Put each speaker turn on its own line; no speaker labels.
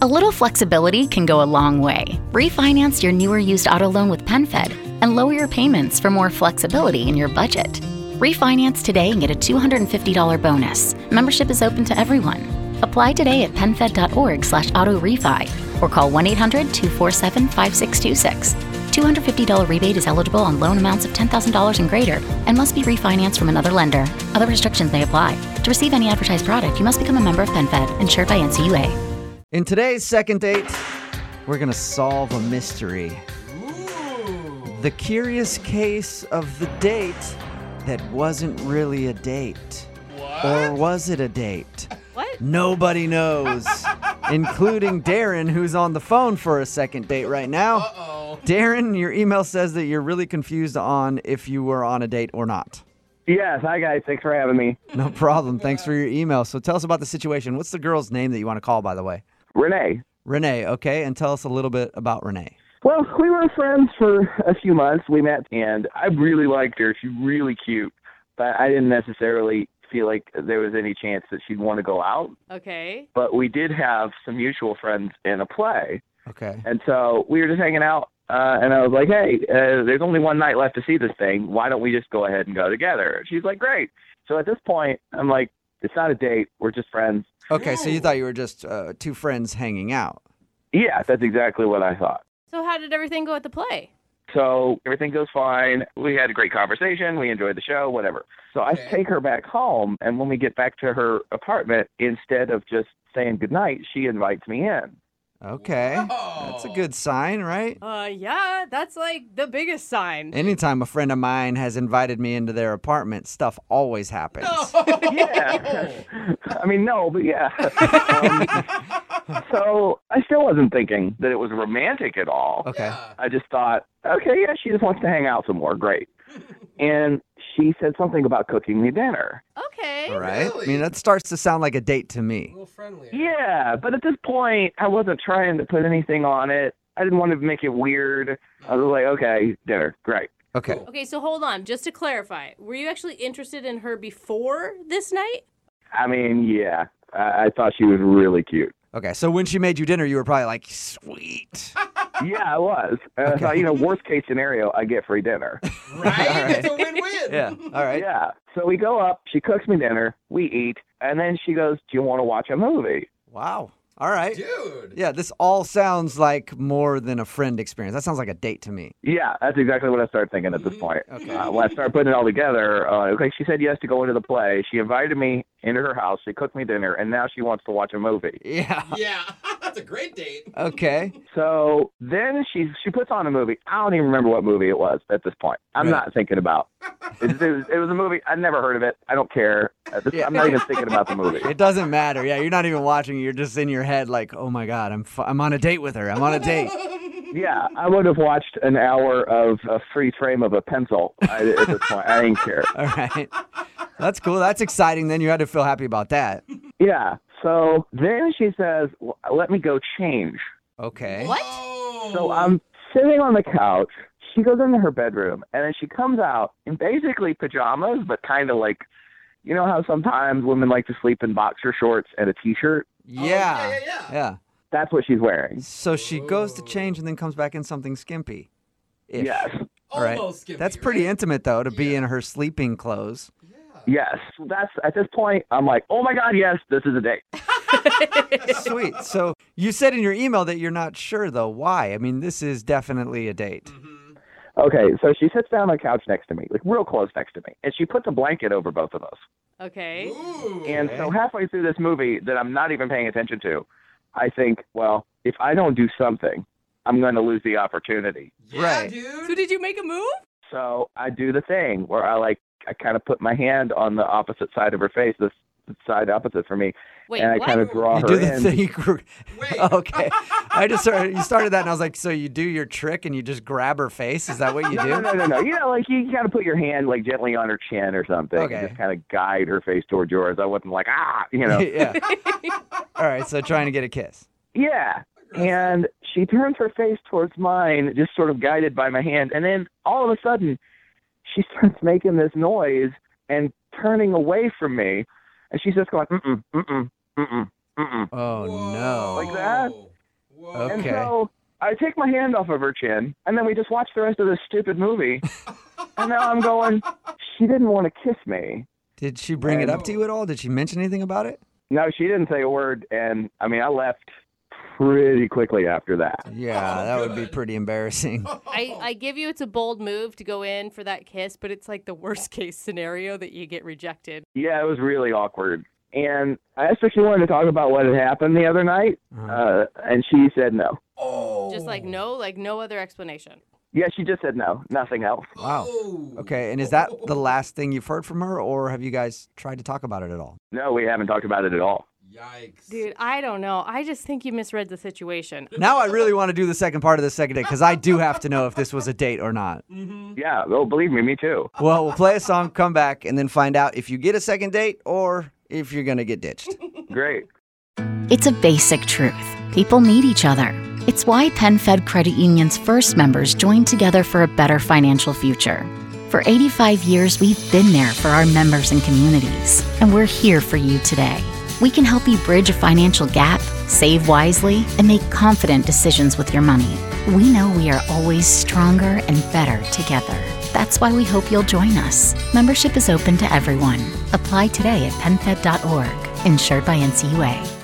A little flexibility can go a long way. Refinance your newer used auto loan with PenFed and lower your payments for more flexibility in your budget. Refinance today and get a $250 bonus. Membership is open to everyone. Apply today at penfed.org slash auto refi or call 1-800-247-5626. $250 rebate is eligible on loan amounts of $10,000 and greater and must be refinanced from another lender. Other restrictions may apply. To receive any advertised product, you must become a member of PenFed, insured by NCUA.
In today's second date, we're going to solve a mystery. The curious case of the date that wasn't really a date. Or was it a date?
What?
Nobody knows, including Darren, who's on the phone for a second date right now. Uh-oh. Darren, your email says that you're really confused on if you were on a date or not.
Yes. Hi, guys. Thanks for having me.
No problem. Thanks for your email. So tell us about the situation. What's the girl's name that you want to call, by the way?
Renee.
Renee, okay? And tell us a little bit about Renee.
Well, we were friends for a few months. We met, and I really liked her. She's really cute, but I didn't necessarily feel like there was any chance that she'd want to go out.
Okay.
But we did have some mutual friends in a play,
Okay.
and so we were just hanging out. Uh, and I was like, "Hey, uh, there's only one night left to see this thing. Why don't we just go ahead and go together?" She's like, "Great." So at this point, I'm like, "It's not a date. We're just friends."
Okay, so you thought you were just uh, two friends hanging out.
Yeah, that's exactly what I thought.
So how did everything go at the play?
So everything goes fine. We had a great conversation. We enjoyed the show, whatever. So I take her back home, and when we get back to her apartment, instead of just saying goodnight, she invites me in.
Okay. That's a good sign, right?
Uh, yeah, that's like the biggest sign.
Anytime a friend of mine has invited me into their apartment, stuff always happens.
Yeah. I mean, no, but yeah. Um, so I still wasn't thinking that it was romantic at all.
Okay.
I just thought, okay, yeah, she just wants to hang out some more. Great. And she said something about cooking me dinner.
Okay.
All right. I mean, that starts to sound like a date to me.
Yeah, but at this point, I wasn't trying to put anything on it. I didn't want to make it weird. I was like, okay, dinner, great.
Okay.
Okay, so hold on, just to clarify, were you actually interested in her before this night?
I mean, yeah, I, I thought she was really cute.
Okay. So when she made you dinner, you were probably like, sweet.
Yeah, I was. And I thought, you know, worst case scenario, I get free dinner.
Right? It's a win-win.
Yeah. All right.
yeah. So we go up, she cooks me dinner, we eat, and then she goes, do you want to watch a movie?
Wow. All right.
Dude.
Yeah, this all sounds like more than a friend experience. That sounds like a date to me.
Yeah, that's exactly what I started thinking at this point.
Mm-hmm. Okay.
Uh, when I started putting it all together, uh, okay, she said yes to go into the play. She invited me into her house. She cooked me dinner, and now she wants to watch a movie.
Yeah.
Yeah. That's a great date.
Okay.
So then she she puts on a movie. I don't even remember what movie it was at this point. I'm
Right.
not thinking about it. It was, it was a movie. I'd never heard of it. I don't care. Uh, this-
Yeah.
I'm not even thinking about the movie.
It doesn't matter. Yeah, you're not even watching. You're just in your head like, "Oh my god, I'm f- I'm on a date with her. I'm on a date."
Yeah, I would have watched an hour of a free frame of a pencil I, at this point. I didn't care.
All right. That's cool. That's exciting. Then you had to feel happy about that.
Yeah. So then she says, "Well, "Let me go change."
Okay.
What?
Oh.
So um, I'm sitting on the couch. She goes into her bedroom, and then she comes out in basically pajamas, but kind of like, you know how sometimes women like to sleep in boxer shorts and a t-shirt.
Yeah.
Oh, yeah, yeah, yeah.
That's what she's wearing.
So she goes to change and then comes back in something skimpy. Ish.
Yes,
All right.
Almost skimpy,
That's pretty
right?
intimate though to be in her sleeping clothes.
yes. That's at this point, I'm like, oh my god, yes, this is a date.
Sweet. So you said in your email that you're not sure though why. I mean, this is definitely a date.
Okay, so she sits down on the couch next to me, like real close next to me, and she puts a blanket over both of us.
Okay.
Ooh.
And so halfway through this movie that I'm not even paying attention to, I think, well, if I don't do something, I'm going to lose the opportunity.
yeah,
Right.
So
dude.
did you make a move?
So I do the thing where I like I kind of put my hand on the opposite side of her face, the s- side opposite from me,
Wait,
and I
what?
kind of draw
You
her
do the
in.
thing. you gr-
Wait.
okay. I just started, you started that and I was like, so you do your trick and you just grab her face? Is that what you
No,
do?
no, no, no. You know, like you kind of put your hand like gently on her chin or something, and
Okay.
just kind of guide her face towards yours. I wasn't like ah, you know.
yeah. All right. So trying to get a kiss.
Yeah. And she turns her face towards mine, just sort of guided by my hand. And then all of a sudden, she starts making this noise and turning away from me. And she's just going, mm mm, mm mm, mm mm, Mm-mm.
Oh no.
Like that?
Whoa.
Okay.
And so I take my hand off of her chin, and then we just watch the rest of this stupid movie. and now I'm going, she didn't want to kiss me.
Did she bring it up to you at all? Did she mention anything about it?
No, she didn't say a word. And I mean, I left pretty quickly after that.
Yeah, that would be pretty embarrassing.
I, I give you it's a bold move to go in for that kiss, but it's like the worst case scenario that you get rejected.
Yeah, it was really awkward. And I especially wanted to talk about what had happened the other night, uh, and she said no.
Oh.
Just like no, like no other explanation.
Yeah, she just said no, nothing else.
Wow.
Oh.
Okay, and is that the last thing you've heard from her, or have you guys tried to talk about it at all?
No, we haven't talked about it at all.
Yikes.
Dude, I don't know. I just think you misread the situation.
Now I really want to do the second part of the second date because I do have to know if this was a date or not.
Yeah, oh, believe me, me too.
Well, we'll play a song, come back, and then find out if you get a second date or if you're going to get ditched.
Great.
It's a basic truth. People need each other. It's why PenFed Credit Union's first members joined together for a better financial future. For 85 years, we've been there for our members and communities, and we're here for you today. We can help you bridge a financial gap, save wisely, and make confident decisions with your money. We know we are always stronger and better together. That's why we hope you'll join us. Membership is open to everyone. Apply today at penfed.org, insured by NCUA.